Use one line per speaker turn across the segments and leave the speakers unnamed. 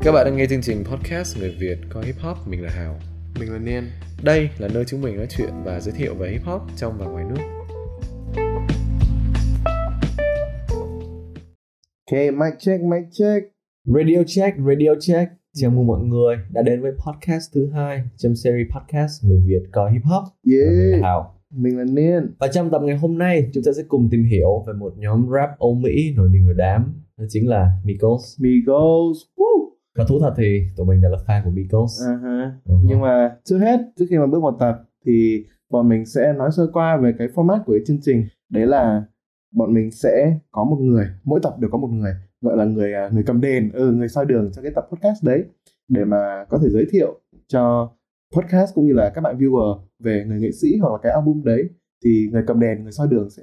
Các bạn đang nghe chương trình podcast người Việt coi hip hop, mình là Hào.
Mình là Niên
Đây là nơi chúng mình nói chuyện và giới thiệu về hip hop trong và ngoài nước.
Ok, mic check, mic check
Radio check, radio check. Chào mừng mọi người đã đến với podcast thứ hai trong series podcast người Việt coi hip hop. Và mình là
Yeah,
Hào.
mình là Niên
Và trong tập ngày hôm nay chúng ta sẽ cùng tìm hiểu về một nhóm rap Âu Mỹ nổi đình ở đám đó chính là Migos.
Migos Woo.
Và thú thật thì tụi mình đã là fan của Migos.
À ha.
Ừ.
Nhưng mà trước hết, trước khi mà bước vào tập Thì bọn mình sẽ nói sơ qua về cái format của cái chương trình Đấy là bọn mình sẽ có một người, mỗi tập đều có một người Gọi là người à, người cầm đèn, ừ, người soi đường cho cái tập podcast đấy Để mà có thể giới thiệu cho podcast cũng như là các bạn viewer về người nghệ sĩ hoặc là cái album đấy thì người cầm đèn người soi đường sẽ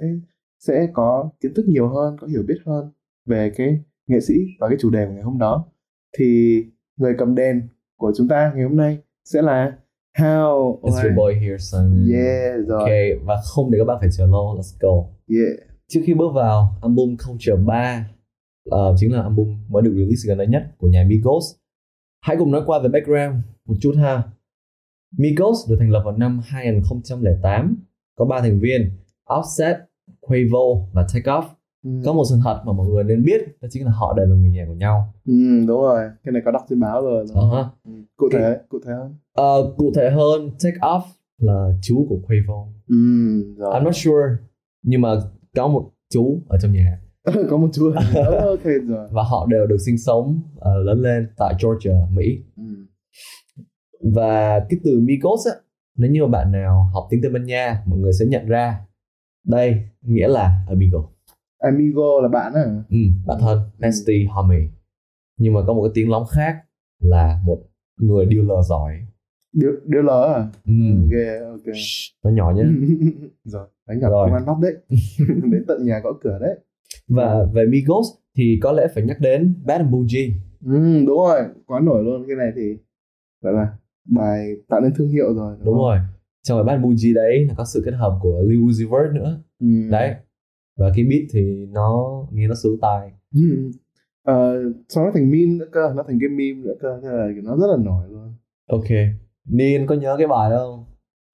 sẽ có kiến thức nhiều hơn có hiểu biết hơn về cái nghệ sĩ và cái chủ đề của ngày hôm đó thì người cầm đèn của chúng ta ngày hôm nay sẽ là How
It's your boy here Simon.
yeah rồi
Ok và không để các bạn phải chờ lâu, let's go.
yeah
Trước khi bước vào album Culture 3 ờ, chính là album mới được release gần đây nhất của nhà Migos. Hãy cùng nói qua về background một chút ha. Migos được thành lập vào năm 2008, có 3 thành viên, Offset, Quavo và Takeoff.
ừ.
Có một sự thật mà mọi người nên biết đó chính là họ đều là người nhà của nhau.
ừ, đúng rồi cái này có đọc trên báo rồi
Ờ ha.
ừ. cụ thể
Cái-
cụ thể hơn
Ờ, cụ thể hơn, Takeoff là chú của Quavo.
ừ, rồi
I'm not sure, nhưng mà có một chú ở trong nhà.
có một chua ok rồi
Và họ đều được sinh sống, ờ, lớn lên tại Georgia, Mỹ.
ừ.
Và cái từ Migos á, nếu như mà bạn nào học tiếng Tây Ban Nha, mọi người sẽ nhận ra đây nghĩa là amigo,
amigo là bạn à
ừ, bạn thân, nasty homie. Nhưng mà có một cái tiếng lóng khác là một người dealer giỏi.
điêu điêu lỡ à
Ừ.
ok ok
Shh, Nó nhỏ nhé.
rồi đánh gặp
Rồi.
công an bắt đấy đến tận nhà gõ cửa đấy
Và về Migos thì có lẽ phải nhắc đến Bad and Bougie.
ừ, đúng rồi quá nổi luôn cái này thì gọi là bài tạo nên thương hiệu rồi
Đúng rồi. Trong bài Bad and Bougie đấy là có sự kết hợp của Lil Uzi Vert nữa.
ừ.
Đấy. Và cái beat thì nó nghe nó sướng tai.
Ừ. Ờ, sau nó thành meme nữa cơ nó thành cái meme nữa cơ thế là nó rất là nổi luôn
Ok. Nên có nhớ cái bài đó không?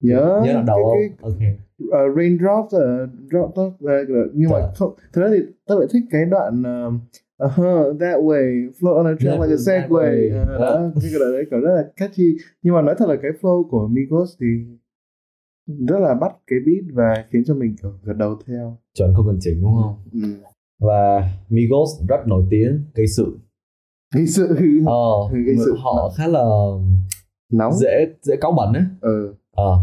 nhớ
nhớ là đầu
cái,
không?
cái
Ok.
ờ, raindrops ờ, drop top ờ, nhưng mà
Dạ.
không thật ra thì tớ lại thích cái đoạn ờ, ờ, that way flow on a trail
That-
like a
Dạ, ừ, that
segway
way. Dạ.
Ờ, đó cái đoạn đấy kiểu rất là catchy nhưng mà nói thật là cái flow của Migos thì rất là bắt cái beat và khiến cho mình kiểu gật đầu theo
chuẩn không cần chỉnh đúng không
ừ.
và Migos rất nổi tiếng gây sự
Cái sự
ờ
Ừ, gây sự.
họ khá là
nóng
dễ dễ cáu bẩn á
ừ.
ờ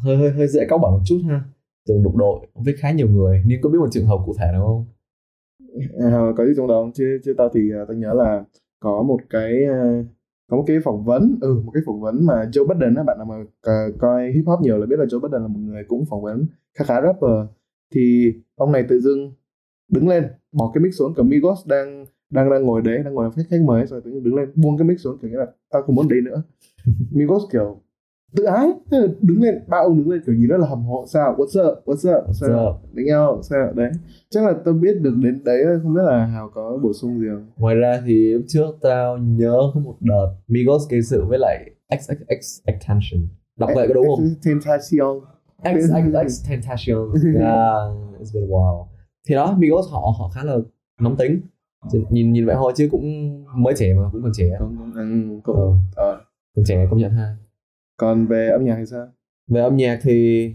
hơi hơi hơi dễ cáu bẩn một chút ha từng đụng đội với khá nhiều người nhưng có biết một trường hợp cụ thể nào không
À, có gì trong đó không? chứ chứ tao thì à, tao nhớ là có một cái à, có một cái phỏng vấn ừ một cái phỏng vấn mà Joe Budden á bạn nào mà à, coi hip hop nhiều là biết là Joe Budden là một người cũng phỏng vấn khá khá rapper thì ông này tự dưng đứng lên bỏ cái mic xuống cả Migos đang đang đang ngồi đấy đang ngồi khách khách mời ấy, rồi tự nhiên đứng lên buông cái mic xuống kiểu như là tao không muốn đấy nữa Migos kiểu tự ái thế là đứng lên ba ông đứng lên kiểu nhìn rất là hầm hộ sao what's up what's up sao
Giờ,
đánh nhau sao đấy chắc là tôi biết được đến đấy thôi, không biết là hào có bổ sung gì không
ngoài ra thì lúc trước tao nhớ có một đợt Migos gây sự với lại XXX Extension đọc vậy có đúng không
Tentacion
XXX Tentacion yeah it's been a while thì đó Migos họ họ khá là nóng tính nhìn nhìn vậy thôi chứ cũng mới trẻ mà cũng còn trẻ
Còn- còn- ừ, cũng-
Ờ,
ờ.
còn trẻ công nhận ha
còn về âm nhạc hay sao
về âm nhạc thì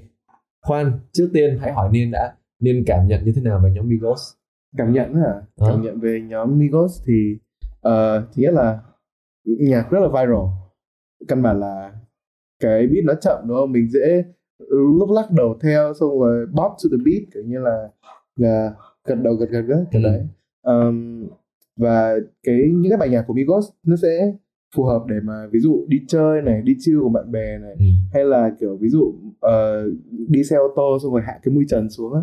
khoan trước tiên hãy hỏi niên đã niên cảm nhận như thế nào về nhóm Migos
cảm nhận hả
Ờ.
cảm nhận về nhóm Migos thì ờ, thứ nhất là nhạc rất là viral căn bản là cái beat nó chậm đúng không mình dễ lúc lắc đầu theo xong rồi bóp to the beat kiểu như là là gật đầu gật gật gật cái
Ừ.
đấy Ờm, và cái những cái bài nhạc của Migos nó sẽ phù hợp để mà ví dụ đi chơi này đi chill cùng bạn bè này
ừ.
hay là kiểu ví dụ ờ, đi xe ô tô xong rồi hạ cái mui trần xuống á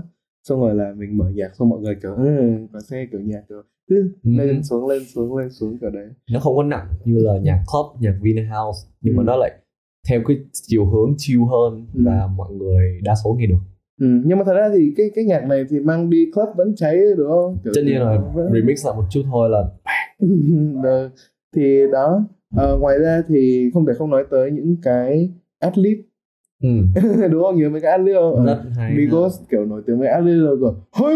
xong rồi là mình mở nhạc xong mọi người kiểu ừ, có xe kiểu nhạc kiểu cứ lên xuống lên xuống lên xuống kiểu đấy
nó không có nặng như là nhạc club nhạc Vinahouse nhưng
Ừ.
mà nó lại theo cái chiều hướng chill hơn
Ừ.
và mọi người đa số nghe được
ừ, nhưng mà thật ra thì cái cái nhạc này thì mang đi club vẫn cháy đúng không Kiểu
tất nhiên là
vẫn-
remix lại một chút thôi là
Ờ, thì đó ờ, ngoài ra thì không thể không nói tới những cái adlib
ừ.
đúng không nhớ mấy cái adlib không? Ờ,
rất hay ha.
Migos kiểu nổi tiếng với adlib rồi kiểu, hey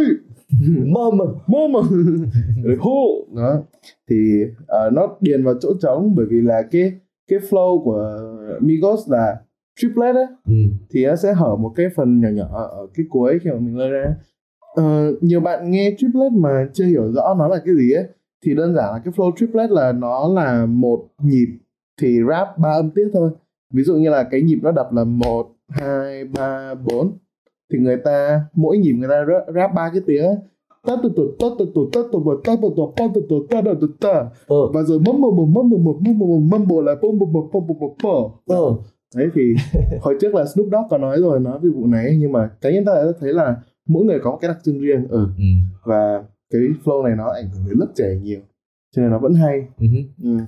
mom
mom rồi hô đó thì ờ, nó điền vào chỗ trống bởi vì là cái cái flow của Migos là triplet á
ừ.
thì nó sẽ hở một cái phần nhỏ nhỏ ở cái cuối khi mà mình lơ ra Ờ, nhiều bạn nghe triplet mà chưa hiểu rõ nó là cái gì ấy thì đơn giản là cái flow triplet là nó là một nhịp thì rap ba âm tiết thôi ví dụ như là cái nhịp nó đập là một hai ba bốn thì người ta mỗi nhịp người ta ra- rap ba cái tiếng ấy. Ta tu tu, ta tu tu, ta tu tu, ta tu tu, ta tu tu, ta tu tu, ta.
Ờ,
và rồi mumble mumble mumble mumble mumble là bum bum bum bum bum bum bum
ờ.
đấy thì hồi trước là Snoop Dogg có nói rồi nói về vụ này nhưng mà cá nhân ta lại thấy là mỗi người có một cái đặc trưng riêng ừ.
Ừ.
và cái flow này nó ảnh hưởng đến lớp trẻ nhiều cho nên nó vẫn hay
Ừ.
ừ.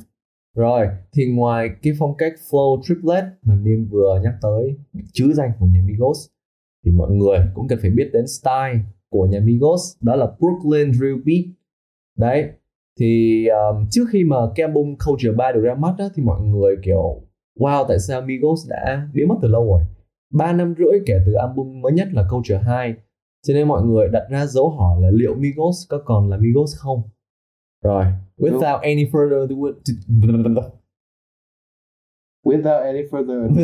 Rồi, thì ngoài cái phong cách flow triplet mà Niên vừa nhắc tới, chứ danh của nhà Migos, thì mọi người cũng cần phải biết đến style của nhà Migos, đó là Brooklyn Drill Beat. Đấy, thì um, trước khi mà cái album Culture 3 được ra mắt á, thì mọi người kiểu wow tại sao Migos đã biến mất từ lâu rồi 3 năm rưỡi kể từ album mới nhất là Culture 2 cho nên mọi người đặt ra dấu hỏi là liệu Migos có còn là Migos không rồi without any further ado
without any further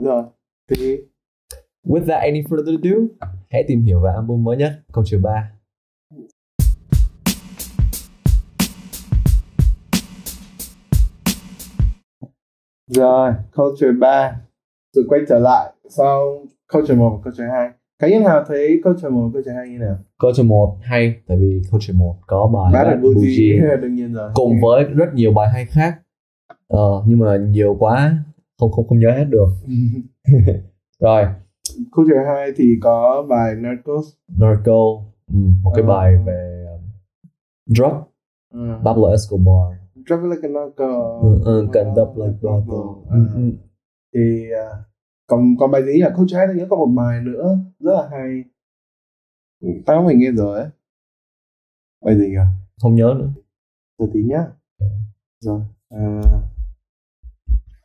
rồi thì
without any further ado hãy tìm hiểu về album mới nhất Culture 3
rồi culture 3 rồi quay trở lại sau culture 1 và culture 2 cá nhân nào thấy culture 1 và culture 2 như nào
Culture 1 hay tại vì Culture 1 có bài
bán
Bad
được Gucci đương nhiên rồi
cùng với rất nhiều bài hay khác ờ, nhưng mà nhiều quá không không không nhớ hết được rồi
culture 2 thì có bài Narcos
Narco ừ, một cái
Ờ.
bài về um, drug
ừ.
Pablo Escobar
Drop it like a Narco
ừ, ừ, cần tập like Pablo
Ừ, ừ. thì à, còn còn bài gì nhỉ không trái tôi nhớ còn một bài nữa rất là hay Ừ, tao phải nghe rồi ấy bài gì nhỉ
không nhớ nữa
giờ tí nhá rồi à.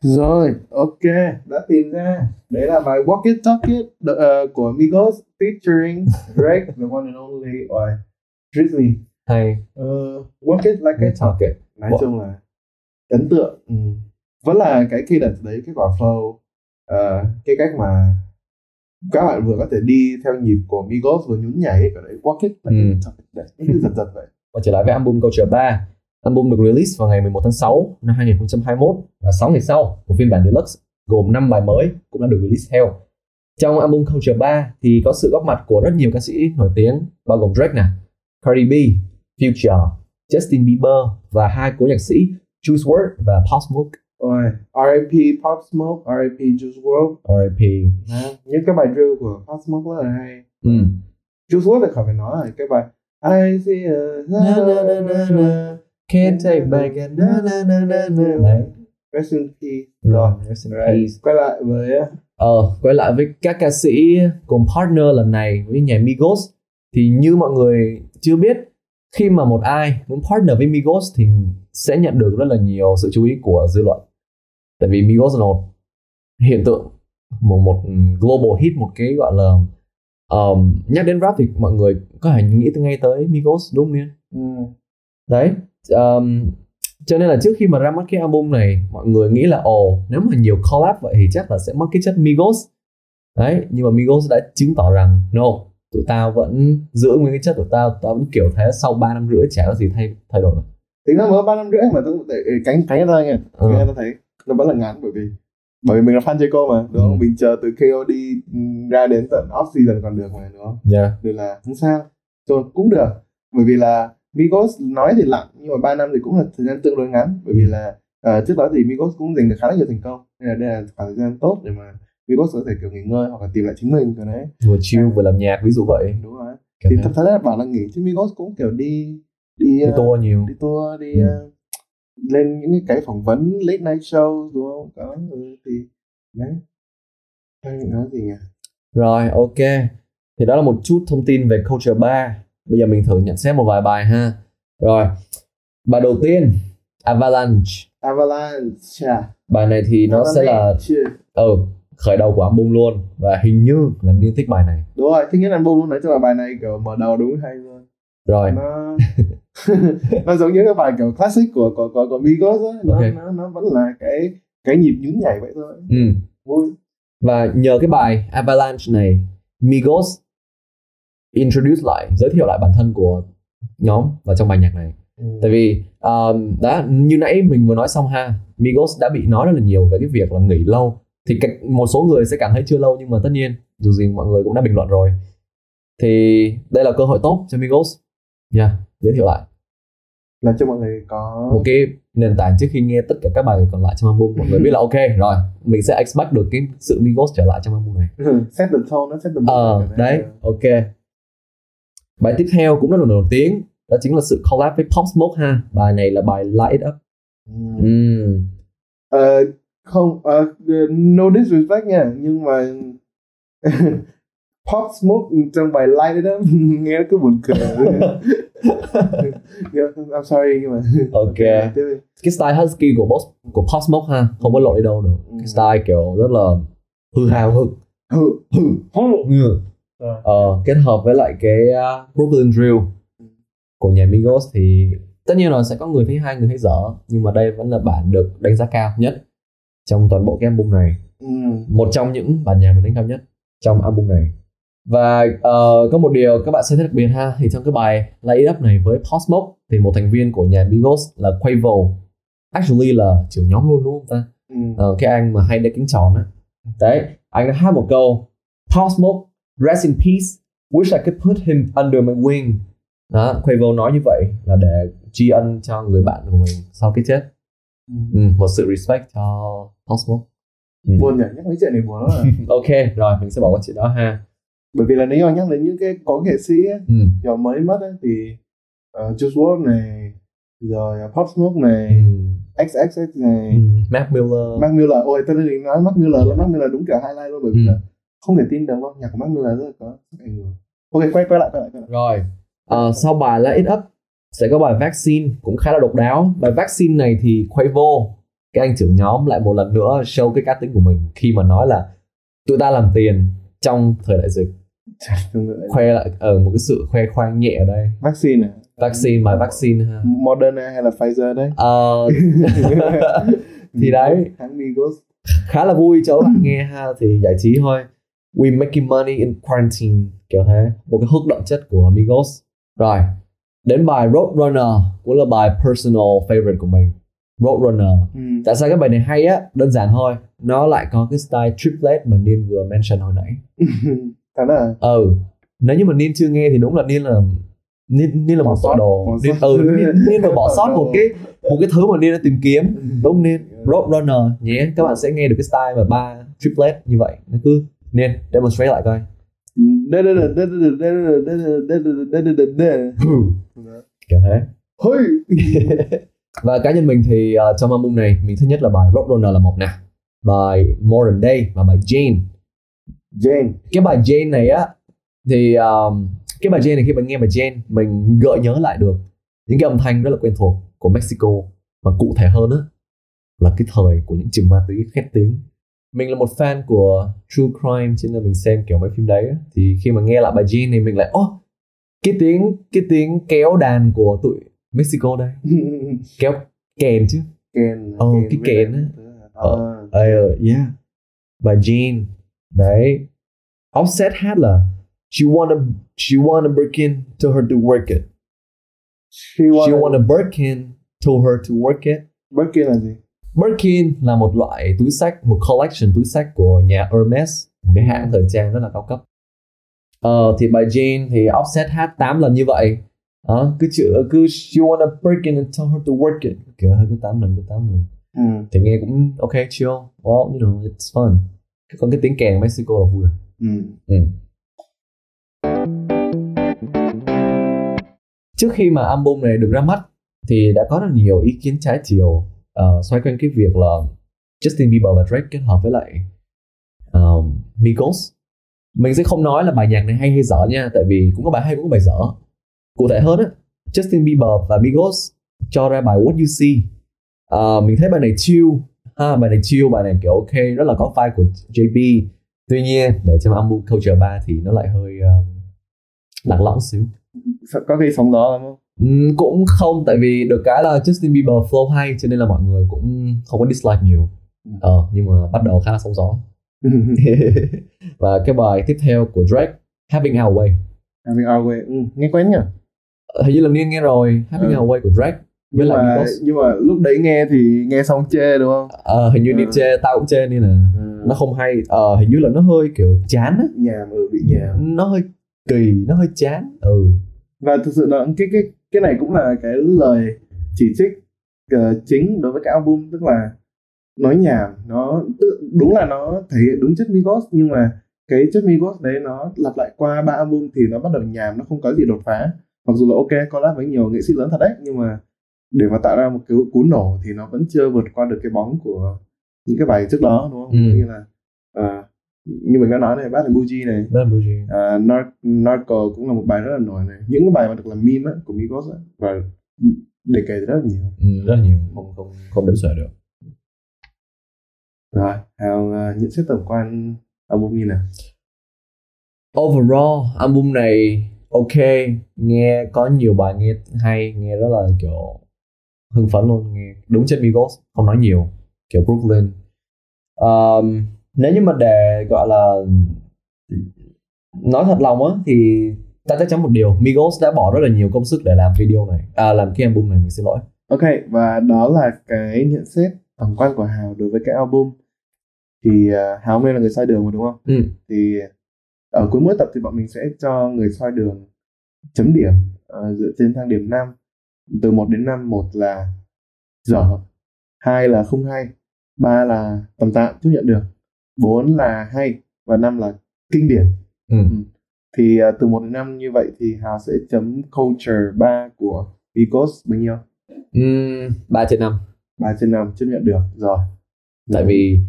rồi ok đã tìm ra đấy là bài Walk It Talk It đ- ờ, của Migos featuring Drake the one and only or Drizzy
hay
Ờ, Walk It Like a
cái
Talk
thảo kệ
nói
Bộ-
chung là ấn tượng ừ. vẫn là cái cadence đấy cái quả flow ờ, cái cách mà các bạn vừa có thể đi theo nhịp của Migos vừa nhún nhảy ở đấy walk it là
Ừ.
cái- đấy, nó cứ giật giật vậy
quay trở lại với album Culture 3 album được release vào ngày 11 tháng 6 năm 2021 và 6 ngày sau một phiên bản deluxe gồm 5 bài mới cũng đã được release theo trong album Culture 3 thì có sự góp mặt của rất nhiều ca sĩ nổi tiếng bao gồm Drake nè, Cardi B, Future, Justin Bieber và hai cố nhạc sĩ Juice WRLD và Pop Smoke
Ôi, R.I.P. Pop Smoke, R.I.P. Juice WRLD
R.I.P.
những cái bài drill của Pop Smoke rất là hay
Ừ.
Juice WRLD thì khỏi phải nói rồi cái bài I see a
Na na na na na, Can't take back it, na na na na na. Đấy.
Rest in peace
Rồi,
rồi
rest in
right.
peace.
quay lại với
Ờ, quay lại với các ca sĩ cùng partner lần này với nhà Migos thì như mọi người chưa biết khi mà một ai muốn partner với Migos thì sẽ nhận được rất là nhiều sự chú ý của dư luận tại vì Migos là một hiện tượng một một global hit một cái gọi là um, nhắc đến rap thì mọi người có thể nghĩ tới ngay tới Migos đúng không Niên?
ừ.
đấy um, cho nên là trước khi mà ra mắt cái album này mọi người nghĩ là ồ nếu mà nhiều collab vậy thì chắc là sẽ mất cái chất Migos đấy nhưng mà Migos đã chứng tỏ rằng no tụi tao vẫn giữ nguyên cái chất của tao tao vẫn kiểu thế sau 3 năm rưỡi chả có gì thay thay đổi
tính ra mới ba năm rưỡi mà tôi cũng để- cánh cánh ra nha
Ừ.
Thế ta thấy nó vẫn là ngắn bởi vì bởi vì mình là fan Jaco mà đúng không
Ừ.
mình chờ từ KOD ừm, ừ, ra đến tận off season còn được mà đúng không
yeah.
nên là không sao rồi cũng được bởi vì là Migos nói thì lặng nhưng mà 3 năm thì cũng là thời gian tương đối ngắn bởi vì là ờ, trước đó thì Migos cũng giành được khá là nhiều thành công nên là đây là khoảng thời gian tốt để mà Migos có thể kiểu nghỉ ngơi hoặc là tìm lại chính mình cái đấy
vừa chill vừa làm nhạc ví dụ vậy
đúng rồi
Kiểu
thì
thế.
thật ra là bảo là nghỉ chứ Migos cũng kiểu đi đi,
đi
ờ,
tour nhiều
đi tour đi
Ừ.
ờ, lên những cái phỏng vấn late night show đúng không có ừ, thì đấy đang định nói gì nhỉ
rồi ok thì đó là một chút thông tin về Culture 3 bây giờ mình thử nhận xét một vài bài ha rồi bài đầu tiên Avalanche
Avalanche à?
bài này thì nó sẽ là
Avalanche.
ờ khởi đầu của album luôn và hình như là Niên thích bài này
đúng rồi thích nhất album luôn đấy tức là bài này kiểu mở đầu đúng hay luôn
rồi
nó nó giống như cái bài kiểu classic của của của, của Migos á nó,
Ok.
nó nó vẫn là cái cái nhịp nhún nhảy vậy thôi
ừ.
vui
và nhờ cái bài Avalanche này Migos introduce lại giới thiệu lại bản thân của nhóm và trong bài nhạc này tại vì um, đã như nãy mình vừa nói xong ha Migos đã bị nói rất là nhiều về cái việc là nghỉ lâu thì cái- một số người sẽ cảm thấy chưa lâu nhưng mà tất nhiên dù gì mọi người cũng đã bình luận rồi thì đây là cơ hội tốt cho Migos yeah, giới thiệu lại
là cho mọi người có
một cái nền tảng trước khi nghe tất cả các bài còn lại trong album mọi người biết là ok rồi mình sẽ expect được cái sự Migos trở lại trong album này
set the tone nó set the
ờ
kiểu
đấy ok bài tiếp theo cũng rất là nổi tiếng đó chính là sự collab với Pop Smoke ha bài này là bài Light It Up
Ừ.
Ừm.
Ờ, không ờ, no disrespect nha nhưng mà pop smoke trong bài light ấy đó nghe nó cứ buồn cười Yeah, I'm sorry nhưng mà
ok
tiếp đi.
cái style husky của boss của Pop Smoke ha không có lỗi đi đâu được
Ừ.
cái style kiểu rất là hư hào hực
hự
hư ngừa
Rồi.
ờ, kết hợp với lại cái uh, Brooklyn Drill của nhà Migos thì tất nhiên là sẽ có người thấy hay người thấy dở nhưng mà đây vẫn là bản được đánh giá cao nhất trong toàn bộ cái album này
Ừ.
một trong những bản nhạc được đánh cao nhất trong album này và ờ, có một điều các bạn sẽ thấy đặc biệt ha thì trong cái bài Light It Up này với Pop Smoke thì một thành viên của nhà Migos là Quavo actually là trưởng nhóm luôn đúng không ta
Ừ.
Ờ, cái anh mà hay đeo kính tròn á đấy anh đã hát một câu Pop Smoke rest in peace wish I could put him under my wing đó Quavo nói như vậy là để tri ân cho người bạn của mình sau cái chết ừ, một sự respect cho Pop Smoke
buồn nhỉ nhắc mấy chuyện này buồn lắm à.
ok rồi mình sẽ bỏ qua chuyện đó ha
bởi vì là nếu mà nhắc đến những cái có nghệ sĩ á,
ừ.
giờ mới mất á, thì uh, Juice WRLD này rồi ờ, Pop Smoke
Ừ.
này XXX này
Mac Miller
Mark Miller ôi tao định nói Mark Miller là Mark Miller đúng kiểu highlight luôn bởi vì
Ừ.
là không thể tin được luôn nhạc của Mark Miller rất là có sức ảnh hưởng ok quay quay lại quay lại quay lại
Rồi, ờ, sau bài là It Up sẽ có bài Vaccine cũng khá là độc đáo. Bài Vaccine này thì Quavo, cái anh trưởng nhóm lại một lần nữa show cái cá tính của mình khi mà nói là tụi ta làm tiền trong thời đại dịch
Thương người
khoe lại ở một cái sự khoe khoang nhẹ ở đây
vaccine à
vaccine bài vaccine ha
Moderna hay là Pfizer đấy
Ờ, Thì đấy.
hãng Migos
khá là vui cho các
Ừ.
bạn nghe ha thì giải trí thôi we making money in quarantine kiểu thế một cái hook đậm chất của Migos rồi đến bài Road Runner cũng là bài personal favorite của mình Road Runner
ừ.
tại sao cái bài này hay á đơn giản thôi nó lại có cái style triplet mà Niên vừa mention hồi nãy
thật là
ừ nếu như mà Niên chưa nghe thì đúng là Niên là Niên, Niên là
Bỏ
một
sót,
tội đồ
bỏ
Niên,
sót.
ừ, Niên, Niên là bỏ
Bỏ
sót
đồ.
một cái một cái thứ mà Niên đã tìm kiếm đúng không nên road runner nhé các bạn sẽ nghe được cái style mà ba triplet như vậy nó cứ nên demonstrate lại coi
Đê đê đê đê đê đê đê đê đê đê đê đê đê đê.
kiểu thế
Hơi.
và cá nhân mình thì ờ, trong album này mình thích nhất là bài road runner là một nè bài modern day và bài jane
Jane
cái bài jane này á thì um, cái bài jane này khi mình nghe bài jane mình gợi nhớ lại được những cái âm thanh rất là quen thuộc của mexico mà cụ thể hơn á là cái thời của những trường ma túy khét tiếng mình là một fan của true crime cho nên mình xem kiểu mấy phim đấy á. thì khi mà nghe lại bài Jane này mình lại ô cái tiếng cái tiếng kéo đàn của tụi Mexico đây kéo kèn chứ
Ken
Ờ, cái Ken á.
à?
ờ yeah bài Jane đấy Offset hát là she wanna she wanna Birkin to her to work it
She
she
wanna
wanna Birkin to her to work it
Birkin là gì
Birkin là một loại túi sách, một collection túi sách của nhà Hermes, một cái hãng thời trang rất là cao cấp. Ờ, thì bài Jane thì offset hát 8 lần như vậy. Đó, cứ chữ cứ she wanna Birkin and tell her to work it. Kiểu hơi cứ 8 lần, cứ 8 lần.
ừ.
Thì nghe cũng ok, chill. Well, you know, it's fun. Còn cái tiếng kèn Mexico là vui rồi.
Ừ.
trước khi mà album này được ra mắt thì đã có rất nhiều ý kiến trái chiều ờ, xoay quanh cái việc là Justin Bieber và Drake kết hợp với lại ờ, Migos mình sẽ không nói là bài nhạc này hay hay dở nha tại vì cũng có bài hay cũng có bài dở cụ thể hơn á Justin Bieber và Migos cho ra bài What You See Ờ, mình thấy bài này chill ha bài này chill bài này kiểu ok rất là có vibe của JP tuy nhiên để cho album Culture 3 thì nó lại hơi um, lạc lõng xíu
có gây sóng gió lắm không
Ừm, Ừ, cũng không tại vì được cái là Justin Bieber flow hay cho nên là mọi người cũng không có dislike nhiều ờ nhưng mà bắt đầu khá là sóng gió và cái bài tiếp theo của Drake Having Our Way
Having Our Way ừ, nghe quen nhỉ
Ờ, hình như là Niên nghe rồi Having
Ừ.
Our Way của Drake với
nhưng
lại
mà
Migos
nhưng mà lúc đấy nghe thì nghe xong chê đúng không
Ờ, hình như
Ừ.
Niên chê tao cũng chê nên là nó không hay Ờ, hình như là nó hơi kiểu chán á
nhà mà bị nhà
nó hơi kỳ nó hơi chán ừ
và thực sự là cái cái cái này cũng là cái lời chỉ trích ờ, chính đối với cái album tức là nói nhảm nó tự, đúng là nó thể hiện đúng chất Migos nhưng mà cái chất Migos đấy nó lặp lại qua ba album thì nó bắt đầu nhảm nó không có gì đột phá mặc dù là ok collab với nhiều nghệ sĩ lớn thật đấy nhưng mà để mà tạo ra một cái cú nổ thì nó vẫn chưa vượt qua được cái bóng của những cái bài trước đó đúng không
Ừ.
như là ờ, như mình đã nói này Bad and Bougie này
đó là bougie
À, Nar- Narco cũng là một bài rất là nổi này những cái bài mà được làm meme á, của Migos á, và đề cập rất là nhiều
ừ, rất là nhiều không không không đếm xuể được
rồi Hào à, nhận xét tổng quan album như nào
overall album này ok nghe có nhiều bài nghe hay nghe rất là kiểu hưng phấn luôn nghe đúng chất Migos không nói nhiều kiểu Brooklyn Ờm, nếu như mà để gọi là nói thật lòng á thì ta chắc chắn một điều Migos đã bỏ rất là nhiều công sức để làm video này à, làm cái album này mình xin lỗi
ok và đó là cái nhận xét tổng quan của Hào đối với cái album thì à, Hào hôm nay là người soi đường mà đúng không
Ừ.
thì ở cuối mỗi tập thì bọn mình sẽ cho người soi đường chấm điểm ờ, dựa trên thang điểm 5 từ 1 đến 5 một là dở hai là không hay ba là tầm tạm chấp nhận được bốn là hay và năm là kinh điển
Ừ.
thì à, từ 1 đến 5 như vậy thì Hào sẽ chấm culture 3 của Vicos bao nhiêu?
Ừm, 3 trên 5
3 trên 5 chấp nhận được rồi.
tại vì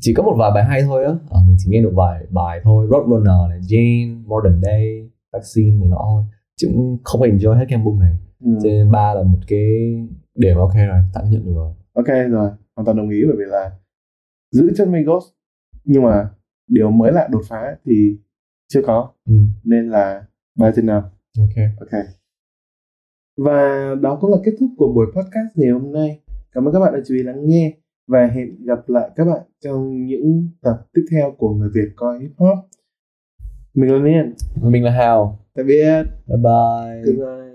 chỉ có một vài bài hay thôi á ờ, mình chỉ nghe được vài bài thôi Roadrunner này Jane Modern Day Vaccine này nọ thôi chứ cũng không enjoy hết cái album này
Ừ.
cho nên ba là một cái điểm ok rồi tạm nhận được rồi
Ok rồi, hoàn toàn đồng ý bởi vì là giữ chân Migos nhưng mà điều mới lạ đột phá thì chưa có
ừ,
nên là 3 trên 5.
ok
Ok. Và đó cũng là kết thúc của buổi podcast ngày hôm nay. Cảm ơn các bạn đã chú ý lắng nghe và hẹn gặp lại các bạn trong những tập tiếp theo của Người Việt coi hip hop. Mình là Niên.
mình là Hào
Tạm biệt.
bye bye
Goodbye.